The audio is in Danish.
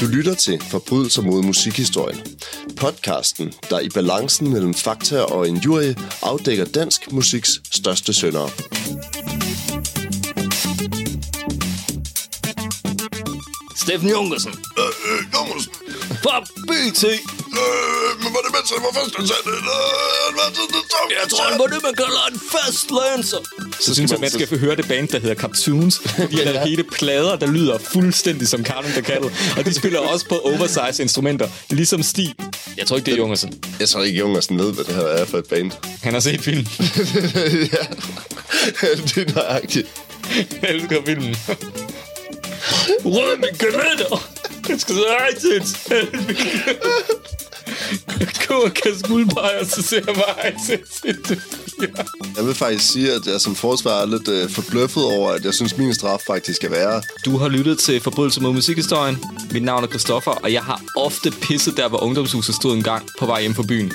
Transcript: Du lytter til Forbrydelser mod musikhistorien. Podcasten, der i balancen mellem fakta og en jury afdækker dansk musiks største søndere. Steffen Junkersen. Øh, øh, Jommelsen. Fra BT. Øh, men var det mens han var fast ansat? Øh, han var sådan en tom. Jeg tror, han var det, man kalder en fastlancer. Så synes jeg, man skal få høre det band, der hedder Cartoons. De har lavet hele plader, der lyder fuldstændig som Carmen the Cattle. Og de spiller også på oversize instrumenter, ligesom Stig. Jeg tror ikke, det er Jungersen. Jeg tror ikke, Jungersen ved, hvad det her er for et band. Han har set filmen. ja, det er nøjagtigt. Jeg elsker filmen. Rød med kanaler. Jeg skal så iTunes. Kåre kan skuldpeger, så ser jeg bare iTunes. Jeg vil faktisk sige, at jeg som forsvarer er lidt øh, forbløffet over, at jeg synes, min straf faktisk er værre. Du har lyttet til Forbrydelse mod musikhistorien. Mit navn er Christoffer, og jeg har ofte pisset der, hvor ungdomshuset stod en gang på vej hjem fra byen.